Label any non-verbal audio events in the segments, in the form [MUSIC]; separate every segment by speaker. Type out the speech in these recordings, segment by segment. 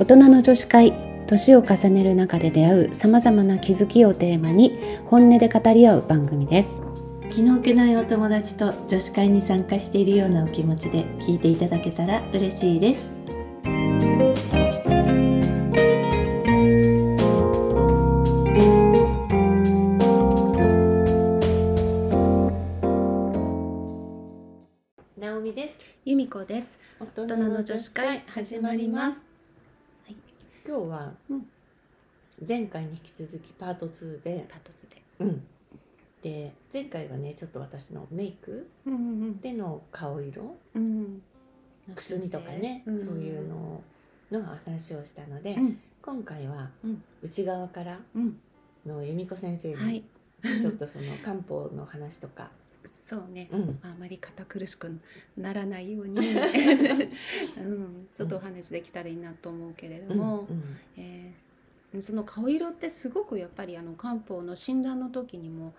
Speaker 1: 人の女子会年を重ねる中で出会うさまざまな気づきをテーマに本音で語り合う番組です
Speaker 2: 気の置けないお友達と女子会に参加しているようなお気持ちで聞いていただけたら嬉しいですなおみです
Speaker 1: 由美子です
Speaker 2: 大人
Speaker 1: の女子会始まります、
Speaker 2: はい、今日は
Speaker 1: うん
Speaker 2: 前回に引き続きパート2で、
Speaker 1: パート2で
Speaker 2: うん、で前回はねちょっと私のメイク
Speaker 1: うんうん
Speaker 2: での顔色
Speaker 1: うん
Speaker 2: くすみとかね、そういうのの話をしたので、
Speaker 1: うん
Speaker 2: 今回は
Speaker 1: うん
Speaker 2: 内側から
Speaker 1: うん
Speaker 2: の由美子先生
Speaker 1: は
Speaker 2: に
Speaker 1: い
Speaker 2: ちょっとその漢方の話とか、
Speaker 1: そうね
Speaker 2: うん、
Speaker 1: あまり堅苦しくならないよう
Speaker 2: [LAUGHS]
Speaker 1: に、うん、ちょっとお話できたらいいなと思うけれども、
Speaker 2: うん
Speaker 1: えーその顔色ってすごくやっぱりあの漢方の診断の時にも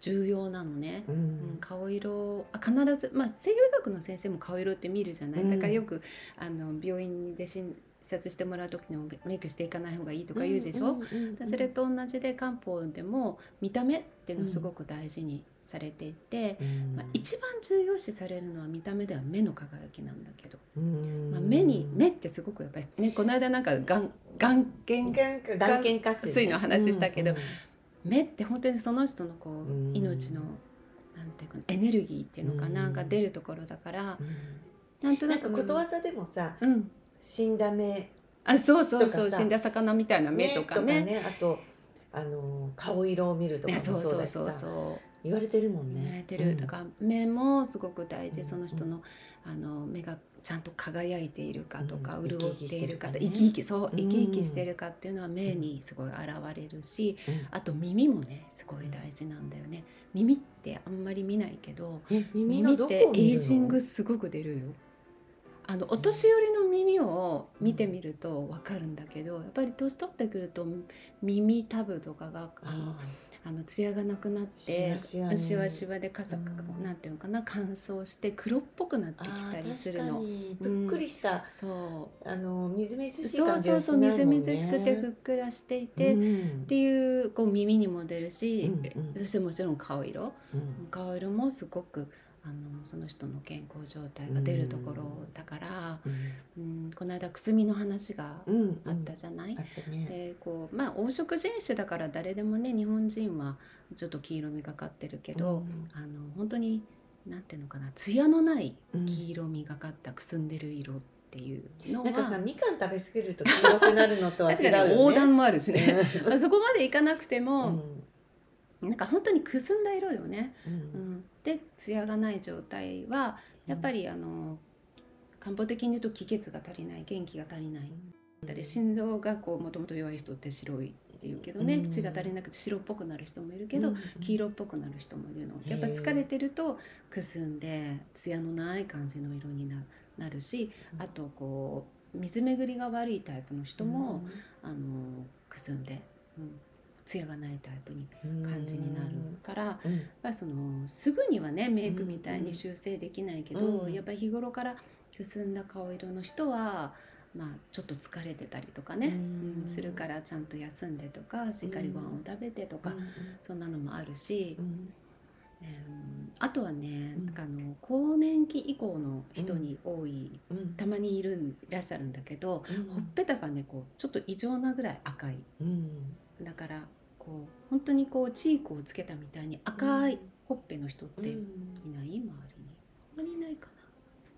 Speaker 1: 重要なのね
Speaker 2: う。ん
Speaker 1: うん顔色あ必ず、まあ、西洋医学の先生も顔色って見るじゃない、
Speaker 2: うん
Speaker 1: だからよくあの病院で診察してもらう時にもメイクしていかない方がいいとか言うでしょ、
Speaker 2: んうんうん
Speaker 1: それと同じで漢方でも見た目っていうのをすごく大事にされていて、
Speaker 2: うん
Speaker 1: まあ、一番重要視されるのは見た目では目の輝きなんだけど、
Speaker 2: うん
Speaker 1: まあ、目に目ってすごくやっぱりねこの間なんか眼眼
Speaker 2: 眼
Speaker 1: 鏡
Speaker 2: 鏡眼鏡下水ね
Speaker 1: 水の話したけど
Speaker 2: うんうん
Speaker 1: 目って本当にその人のこ
Speaker 2: う
Speaker 1: うん命のなんていうかなエネルギーっていうのかな
Speaker 2: うん
Speaker 1: が出るところだから
Speaker 2: う
Speaker 1: なんと
Speaker 2: んな
Speaker 1: なん
Speaker 2: か
Speaker 1: く
Speaker 2: ことわざでもさ
Speaker 1: うん
Speaker 2: 死んだ目
Speaker 1: あそうそうそう
Speaker 2: とかさ
Speaker 1: 死んだ魚みたいな目とかね
Speaker 2: あとあの顔色を見ると
Speaker 1: い
Speaker 2: か
Speaker 1: や
Speaker 2: も
Speaker 1: そう
Speaker 2: そ
Speaker 1: そう
Speaker 2: うだし
Speaker 1: そう
Speaker 2: さ
Speaker 1: そう
Speaker 2: 言われてるもんね
Speaker 1: 言われてる、だから目もすごく大事
Speaker 2: うん
Speaker 1: その人のあの目がちゃんと輝いているかとか、
Speaker 2: うん
Speaker 1: 潤っているかと
Speaker 2: 生
Speaker 1: 生き
Speaker 2: き
Speaker 1: 生きそう
Speaker 2: うん
Speaker 1: 生き生きしてるかっていうのは目にすごい現れるし、
Speaker 2: うん
Speaker 1: あと耳もねすごい大事なんだよね耳ってあんまり見ないけど
Speaker 2: え耳
Speaker 1: 耳
Speaker 2: の
Speaker 1: っ
Speaker 2: どこ
Speaker 1: て
Speaker 2: を見るの
Speaker 1: エイジングすごく出るよあのお年寄りの耳を見てみるとわかるんだけどやっぱり年取ってくると耳タブとかがあの
Speaker 2: あ
Speaker 1: あの艶がなくなっ
Speaker 2: シ
Speaker 1: て
Speaker 2: ワシワね
Speaker 1: シワシワでかさ
Speaker 2: うん
Speaker 1: なんていうのかな乾燥して黒っぽくなって
Speaker 2: あ
Speaker 1: きたりする
Speaker 2: 確か
Speaker 1: の
Speaker 2: にぷっくりした、
Speaker 1: そ
Speaker 2: あのみずみず
Speaker 1: う
Speaker 2: しい
Speaker 1: そう
Speaker 2: 感じ
Speaker 1: そう
Speaker 2: が
Speaker 1: そう
Speaker 2: し
Speaker 1: み
Speaker 2: ない
Speaker 1: ず
Speaker 2: もんね
Speaker 1: みずしくてふっくらしていて、
Speaker 2: う
Speaker 1: っ
Speaker 2: ん
Speaker 1: ていうこう耳にも出るし、
Speaker 2: うんうん
Speaker 1: そしてもちろん顔色
Speaker 2: うん
Speaker 1: 顔色もすごくあのその人の健康状態が出るところだから、うん、この間くすみの話が
Speaker 2: うんうん
Speaker 1: あったじゃない、
Speaker 2: あったね
Speaker 1: でこうまあ黄色人種だから誰でもね日本人はちょっと黄色みがかってるけど、あの本当になんていうのかな艶のない
Speaker 2: うん
Speaker 1: 黄色みがかったくすんでる色っていうのは、
Speaker 2: なんかさみかん食べ過ぎると黄色くなるのとは違
Speaker 1: 確
Speaker 2: うよ
Speaker 1: かに
Speaker 2: ね
Speaker 1: 横断もあるしね、
Speaker 2: う
Speaker 1: [LAUGHS] まあそこまでいかなくて
Speaker 2: ん
Speaker 1: も、なんか本当にくすんだ色よね、
Speaker 2: う
Speaker 1: うんん、で艶がない状態はやっぱりあの漢方的に言うと気血が足りない元気が足りないだり心臓がこうもともと弱い人って白いっていうけどね、
Speaker 2: うん
Speaker 1: 血が足りなくて白っぽくなる人もいるけど、
Speaker 2: うん
Speaker 1: 黄色っぽくなる人もいるのやっぱ
Speaker 2: へえ
Speaker 1: 疲れてるとくすんで艶のない感じの色にななるし
Speaker 2: うん
Speaker 1: あとこう水巡りが悪いタイプの人も、あのくすんで、うん、艶がないタイプに
Speaker 2: うん
Speaker 1: 感じになるから、やっ
Speaker 2: うん
Speaker 1: ぱりそのすぐにはねメイクみたい
Speaker 2: うん
Speaker 1: に修正できないけど、
Speaker 2: うん
Speaker 1: やっぱり日頃からくすんだ顔色の人は。まあ、ちょっと疲れてたりとかね、
Speaker 2: うん
Speaker 1: うんするからちゃんと休んでとかしっかりご飯を食べてとか、そんなのもあるし、
Speaker 2: うん
Speaker 1: うんあとはね、
Speaker 2: うん
Speaker 1: なんかあの更年期以降の人に多い、
Speaker 2: うんうん
Speaker 1: たまにいるんいらっしゃるんだけど、ほっぺたがねこうちょっと異常なぐらい赤い
Speaker 2: うん
Speaker 1: だからこう本当にこうチークをつけたみたいに赤
Speaker 2: う
Speaker 1: い
Speaker 2: ん
Speaker 1: ほっぺの人ってい
Speaker 2: うん
Speaker 1: ない、周りにあんまりいないかな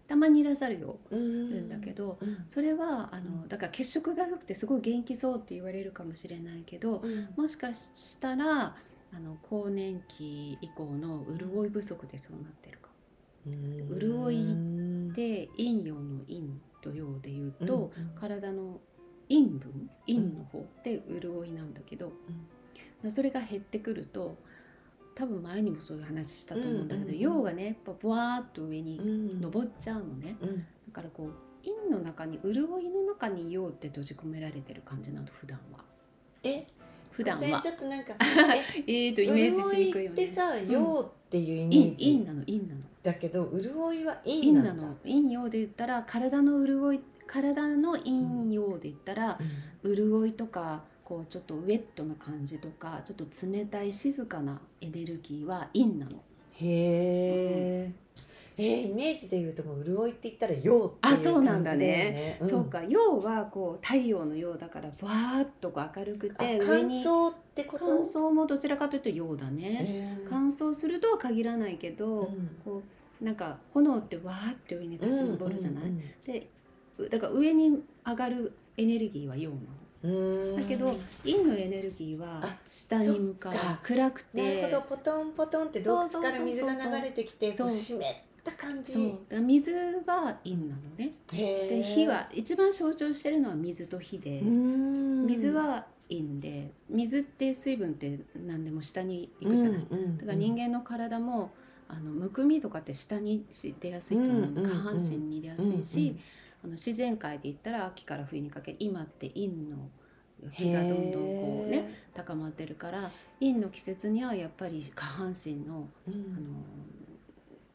Speaker 1: たまにいらっしゃるよ、
Speaker 2: うん
Speaker 1: いるんだけど
Speaker 2: うん
Speaker 1: それはあ
Speaker 2: う
Speaker 1: のだから血色が良くてすごい元気そうって言われるかもしれないけど、
Speaker 2: うん
Speaker 1: もしかしたらあの更年期以降の潤い不足でそうなってるか
Speaker 2: うん
Speaker 1: 潤いで陰陽の陰と陽で言うと、
Speaker 2: うん
Speaker 1: 体の陰分陰の方って潤いなんだけど、それが減ってくると多分前にもそういう話したと思うんだけど、
Speaker 2: うんうん
Speaker 1: 陽がねやっぱぼわーっと上に
Speaker 2: うん
Speaker 1: 上っちゃうのね、
Speaker 2: うん
Speaker 1: だからこう陰の中に潤いの中に陽って閉じ込められてる感じなの普段は
Speaker 2: え
Speaker 1: 普段
Speaker 2: ね
Speaker 1: は
Speaker 2: ちょっとなんか
Speaker 1: えーと
Speaker 2: え
Speaker 1: イメージしにくい
Speaker 2: 潤い
Speaker 1: よ
Speaker 2: っ
Speaker 1: ね
Speaker 2: てさ
Speaker 1: ん
Speaker 2: 陽っていうイメ
Speaker 1: 陰
Speaker 2: ー
Speaker 1: 陰
Speaker 2: ジ
Speaker 1: なの陰なの
Speaker 2: だけど潤いは陰
Speaker 1: 陰な
Speaker 2: なんだ
Speaker 1: の陰陽で言ったら体の潤い体の陰陽方で言ったら潤いとかこうちょっとウェットな感じとかちょっと冷たい静かなエネルギーは陰なの。
Speaker 2: へーえーイメージで言うともう潤いって言ったら陽っていう感
Speaker 1: あ
Speaker 2: じだ
Speaker 1: そ
Speaker 2: よ
Speaker 1: うなんだ
Speaker 2: ね
Speaker 1: ね。
Speaker 2: ん
Speaker 1: そうか陽はこう太陽の陽だからわーっとこう明るく
Speaker 2: あ
Speaker 1: て
Speaker 2: 乾燥ってこと
Speaker 1: 乾燥もどちらかというと陽だね。
Speaker 2: えー
Speaker 1: 乾燥するとは限らないけど、
Speaker 2: うん
Speaker 1: こうなんか炎ってわーって上に立ち上るじゃない、
Speaker 2: うん
Speaker 1: でうだから上に上がるエネルギーは陽なの
Speaker 2: うんうん
Speaker 1: だけど
Speaker 2: うん
Speaker 1: 陰のエネルギー
Speaker 2: あ
Speaker 1: は下に向かう
Speaker 2: そっか
Speaker 1: 暗く
Speaker 2: なる
Speaker 1: て
Speaker 2: ほどポトンポトンって洞窟から水が流れてきてこ
Speaker 1: そううそう
Speaker 2: 湿った感
Speaker 1: そうだ
Speaker 2: じ
Speaker 1: から水は陰なのね
Speaker 2: で
Speaker 1: で火は一番象徴してるのは水と火で水
Speaker 2: 水
Speaker 1: は陰で水って水分って何でも下に行くじゃないだから人
Speaker 2: 間
Speaker 1: 間の体もあのむくみとかって下にし出やすいと思うの、
Speaker 2: うんうんうん
Speaker 1: 下半身に出やすいし、あの自然界で言ったら秋から冬にかけ今って陰の気がどんどんこうね高まってるから陰の季節にはやっぱり下半身のあの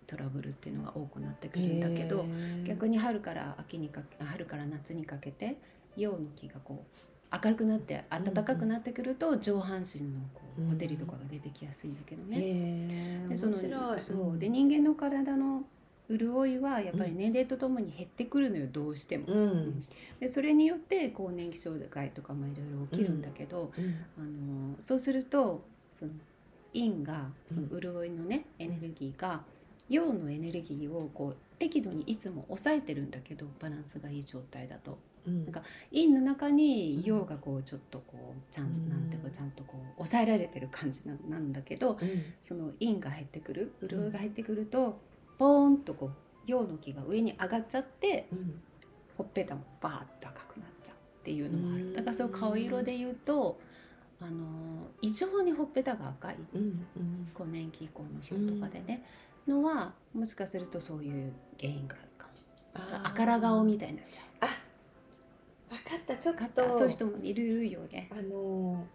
Speaker 1: トラブルっていうのが多くなってくるんだけど逆
Speaker 2: に
Speaker 1: に春から秋にかけ春から夏にかけて陽の気がこう明るくなって暖かくなってくると上半身のこ
Speaker 2: うん
Speaker 1: うほてりとかが出てきやすいんだけどね。
Speaker 2: ね
Speaker 1: で
Speaker 2: 面
Speaker 1: その
Speaker 2: 白い
Speaker 1: そうで人間の体の潤いはやっぱり年齢とともに減ってくるのよどうしても。
Speaker 2: うん
Speaker 1: でそれによって更年期障害とかもいろいろ起きるんだけど、
Speaker 2: うん
Speaker 1: あのそうするとその陰がその潤いのね、エネルギーが陽のエネルギーをこう適度にいつも抑えてるんだけどバランスがいい状態だと
Speaker 2: うん
Speaker 1: なんか陰の中に陽がこうちょっとこうちゃん、
Speaker 2: うん
Speaker 1: なんていうかちゃんとこう抑えられてる感じななんだけど
Speaker 2: うん
Speaker 1: その陰が減ってくる潤いが減ってくるとポーンとこう陽の気が上に上がっちゃって
Speaker 2: うん
Speaker 1: ほっぺたもバーッと赤くなっちゃうっていうのもあ
Speaker 2: うん
Speaker 1: るだからそう顔色で言うとあの異常にほっぺたが赤い
Speaker 2: うんうん
Speaker 1: 更年期以降の人とかでね、のはもしかするとそういう原因があるかもあから顔みたいになっちゃう
Speaker 2: あ分かったちょっ
Speaker 1: かった
Speaker 2: と
Speaker 1: そういう人もいるよね。
Speaker 2: あの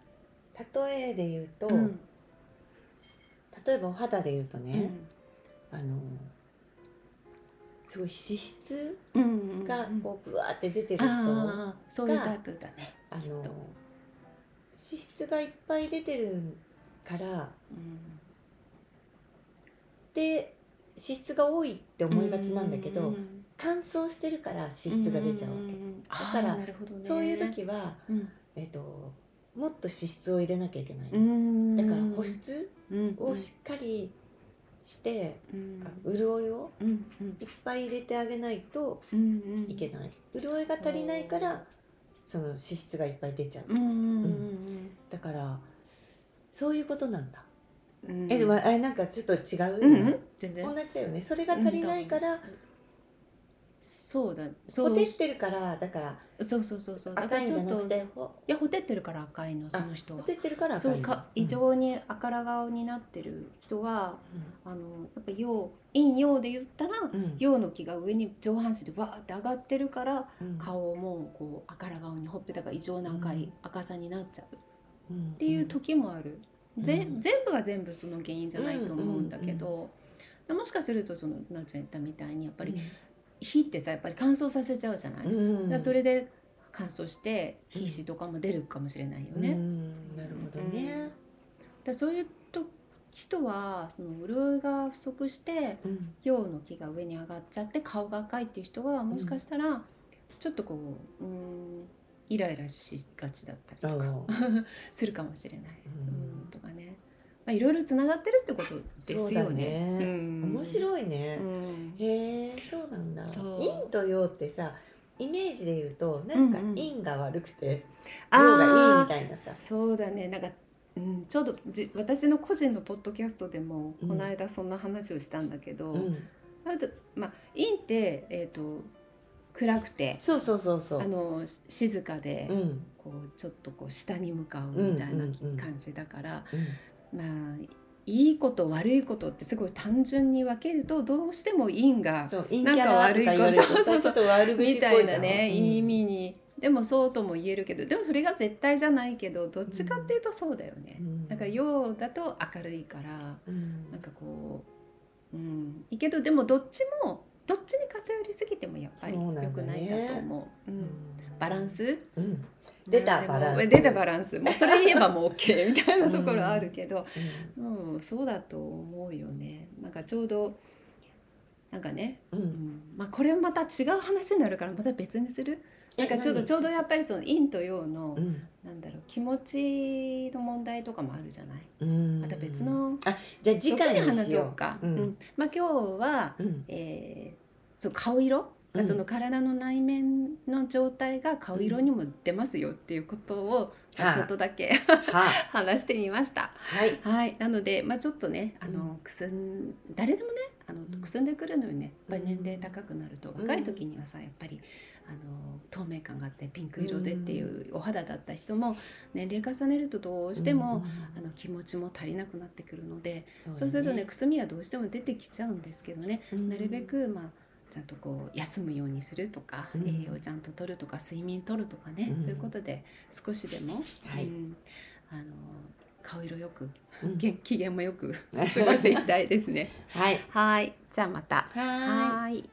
Speaker 2: ー例えで言うと、
Speaker 1: うん
Speaker 2: 例えばお肌で言うと
Speaker 1: う
Speaker 2: ね、
Speaker 1: ん
Speaker 2: あのーすごい脂質
Speaker 1: うんうんうん
Speaker 2: がこうぶわーって出てる人、あ
Speaker 1: ああそういうタイプだね。
Speaker 2: のー
Speaker 1: きっ
Speaker 2: 脂
Speaker 1: と
Speaker 2: 質がいっぱい出てるから
Speaker 1: うん
Speaker 2: で脂質が多いって思いがちなんだけど、
Speaker 1: うん
Speaker 2: 乾燥してるから脂質が出ちゃうわけ、
Speaker 1: んんん
Speaker 2: だから
Speaker 1: あーなるほどね
Speaker 2: そういう時は、
Speaker 1: うん
Speaker 2: えっともっと脂質を入れなきゃいけない、
Speaker 1: うん
Speaker 2: だから保湿
Speaker 1: うん
Speaker 2: をしっかりして、
Speaker 1: うん
Speaker 2: あ潤いを
Speaker 1: うんうん
Speaker 2: いっぱい入れてあげないと
Speaker 1: うんうん
Speaker 2: いけない、潤いが足りないからその脂質がいっぱい出ちゃう、
Speaker 1: うんうん
Speaker 2: だからそういうことなんだ、
Speaker 1: うんうん
Speaker 2: えでもあれなんかちょっと違う、
Speaker 1: うんうん全然
Speaker 2: 同じだよねそれが足りないから、
Speaker 1: そうだそ
Speaker 2: ほ
Speaker 1: う
Speaker 2: てってるからだから
Speaker 1: そうそうそうそうだか
Speaker 2: 赤
Speaker 1: ら
Speaker 2: いん
Speaker 1: ち
Speaker 2: じ
Speaker 1: ょ
Speaker 2: ゃ
Speaker 1: っ
Speaker 2: な
Speaker 1: と
Speaker 2: く
Speaker 1: い
Speaker 2: てほ
Speaker 1: やほてってるから赤いのその人
Speaker 2: ほ
Speaker 1: は
Speaker 2: てってるから赤
Speaker 1: そ
Speaker 2: いん
Speaker 1: う
Speaker 2: だ
Speaker 1: か
Speaker 2: うん
Speaker 1: 異常に赤ら顔になってる人は
Speaker 2: う
Speaker 1: あのやっぱ陽陰陽で言ったら
Speaker 2: んうん
Speaker 1: 陽の気が上に上半身でわーって上がってるから
Speaker 2: うん
Speaker 1: 顔もこう赤ら顔にほっぺたが異常な赤
Speaker 2: う
Speaker 1: い
Speaker 2: ん
Speaker 1: 赤さになっちゃうっ
Speaker 2: ん
Speaker 1: ていう時もあるぜ
Speaker 2: うん
Speaker 1: 全部が全部その原因じゃないと思うんだけど、もしかするとそのなおちゃん言ったみたいにやっぱり火ってさやっぱり乾燥させちゃうじゃない、
Speaker 2: うん
Speaker 1: だか
Speaker 2: うん
Speaker 1: らそれで乾燥して
Speaker 2: うん
Speaker 1: 皮脂とかも出るかもしれないよ
Speaker 2: ね、
Speaker 1: ね、
Speaker 2: う
Speaker 1: だか
Speaker 2: んなるほどね、
Speaker 1: らそういうと人はその潤いが不足して
Speaker 2: うん
Speaker 1: 陽の気が上に上がっちゃって顔が赤いっていう人はもしかしたらちょっとこううーんイライラしがちだったりと
Speaker 2: あ
Speaker 1: か
Speaker 2: の
Speaker 1: [LAUGHS] するかもしれない。
Speaker 2: うん
Speaker 1: うんとかね、まあ、いろいろつながってるってことですよ
Speaker 2: そう
Speaker 1: ね。
Speaker 2: だね
Speaker 1: うん、
Speaker 2: 面白いね、
Speaker 1: うん
Speaker 2: へえそうなんだ
Speaker 1: そう
Speaker 2: 陰と陽ってさイメージで言うとなんか
Speaker 1: うんうん
Speaker 2: 陰が悪くて
Speaker 1: あ
Speaker 2: 陽がいいみ
Speaker 1: ー
Speaker 2: たいなさ
Speaker 1: そうだねなんか、うん、ちょうどじ私の個人のポッドキャストでも
Speaker 2: うん
Speaker 1: この間そんな話をしたんだけど、
Speaker 2: うん
Speaker 1: あとまあ陰って、えー、と暗くて
Speaker 2: そうそうそうそ
Speaker 1: あ
Speaker 2: う
Speaker 1: のし静かで、
Speaker 2: うん
Speaker 1: こうちょっとこう下に向かうみたいな
Speaker 2: うんうんうん
Speaker 1: 感じだから、
Speaker 2: うん
Speaker 1: まあいいこと悪いことってすごい単純に分けるとどうしても陰が
Speaker 2: そう陰キャラとか言われる
Speaker 1: なんか悪いこと
Speaker 2: とそれちょっと悪口
Speaker 1: み
Speaker 2: ったぽい
Speaker 1: い
Speaker 2: じ
Speaker 1: な
Speaker 2: ゃん
Speaker 1: ね、
Speaker 2: うん
Speaker 1: いい意味にでもそうとも言えるけどでもそれが絶対じゃないけどどっちかっていうとそうだよね。
Speaker 2: うん
Speaker 1: なんか陽だと明るいから
Speaker 2: うん
Speaker 1: なんかこううんいいけどでもどっちもどっちに偏りすぎてもやっぱり
Speaker 2: そうなんだね
Speaker 1: 良くないんだと思う。う
Speaker 2: うんん
Speaker 1: バランス
Speaker 3: うん出た
Speaker 1: でも
Speaker 3: バランス
Speaker 1: 出たバランスもうそれ言えばもう OK みたいなところはあるけど、うんそうだと思うよねなんかちょうどなんかね、
Speaker 3: うんう
Speaker 1: うんんまあ、これまた違う話になるからまた別にするなんかちょうどちょうどやっぱりその陰と陽の、
Speaker 3: うん
Speaker 1: なんだろう気持ちの問題とかもあるじゃない
Speaker 3: うん
Speaker 1: また別の
Speaker 3: あじゃあ次回
Speaker 1: ど
Speaker 3: に
Speaker 1: こで
Speaker 3: し
Speaker 1: 話そう
Speaker 3: よ
Speaker 1: か、
Speaker 3: う
Speaker 1: うんんまあ、今日は、
Speaker 3: ううん
Speaker 1: えー、そう顔色
Speaker 3: う
Speaker 1: が、
Speaker 3: ん
Speaker 1: その体の内面の状態が顔色にも出ますよっていうことを、まあ
Speaker 3: はい
Speaker 1: ちょっとだけ
Speaker 3: は
Speaker 1: 話してみました。
Speaker 3: はい
Speaker 1: はい、なので、まあ、ちょっとねあの、
Speaker 3: う
Speaker 1: くすん誰でもねあの
Speaker 3: ん
Speaker 1: くすんでくるのよねやっぱり
Speaker 3: うん
Speaker 1: 年齢高くなると、
Speaker 3: ん
Speaker 1: 若い時にはさやっぱりあの透明感があってピンク色でっていうお肌だった人も年齢重ねるとどうしても、あの気持ちも足りなくなってくるので
Speaker 3: うん
Speaker 1: そうするとね
Speaker 3: だ
Speaker 1: くすみはどうしても出てきちゃうんですけどね、
Speaker 3: うん
Speaker 1: なるべくまあちゃんとこう休むようにするとか、
Speaker 3: うん
Speaker 1: 栄養をちゃんと取るとか睡眠取るとかね、
Speaker 3: うん
Speaker 1: そういうことで少しでも、
Speaker 3: はい
Speaker 1: うんあの顔色よく
Speaker 3: うん
Speaker 1: げん機嫌もよく過ごしていきたいですね。
Speaker 3: はい
Speaker 1: はいじゃあまた。
Speaker 3: はーい
Speaker 1: はーい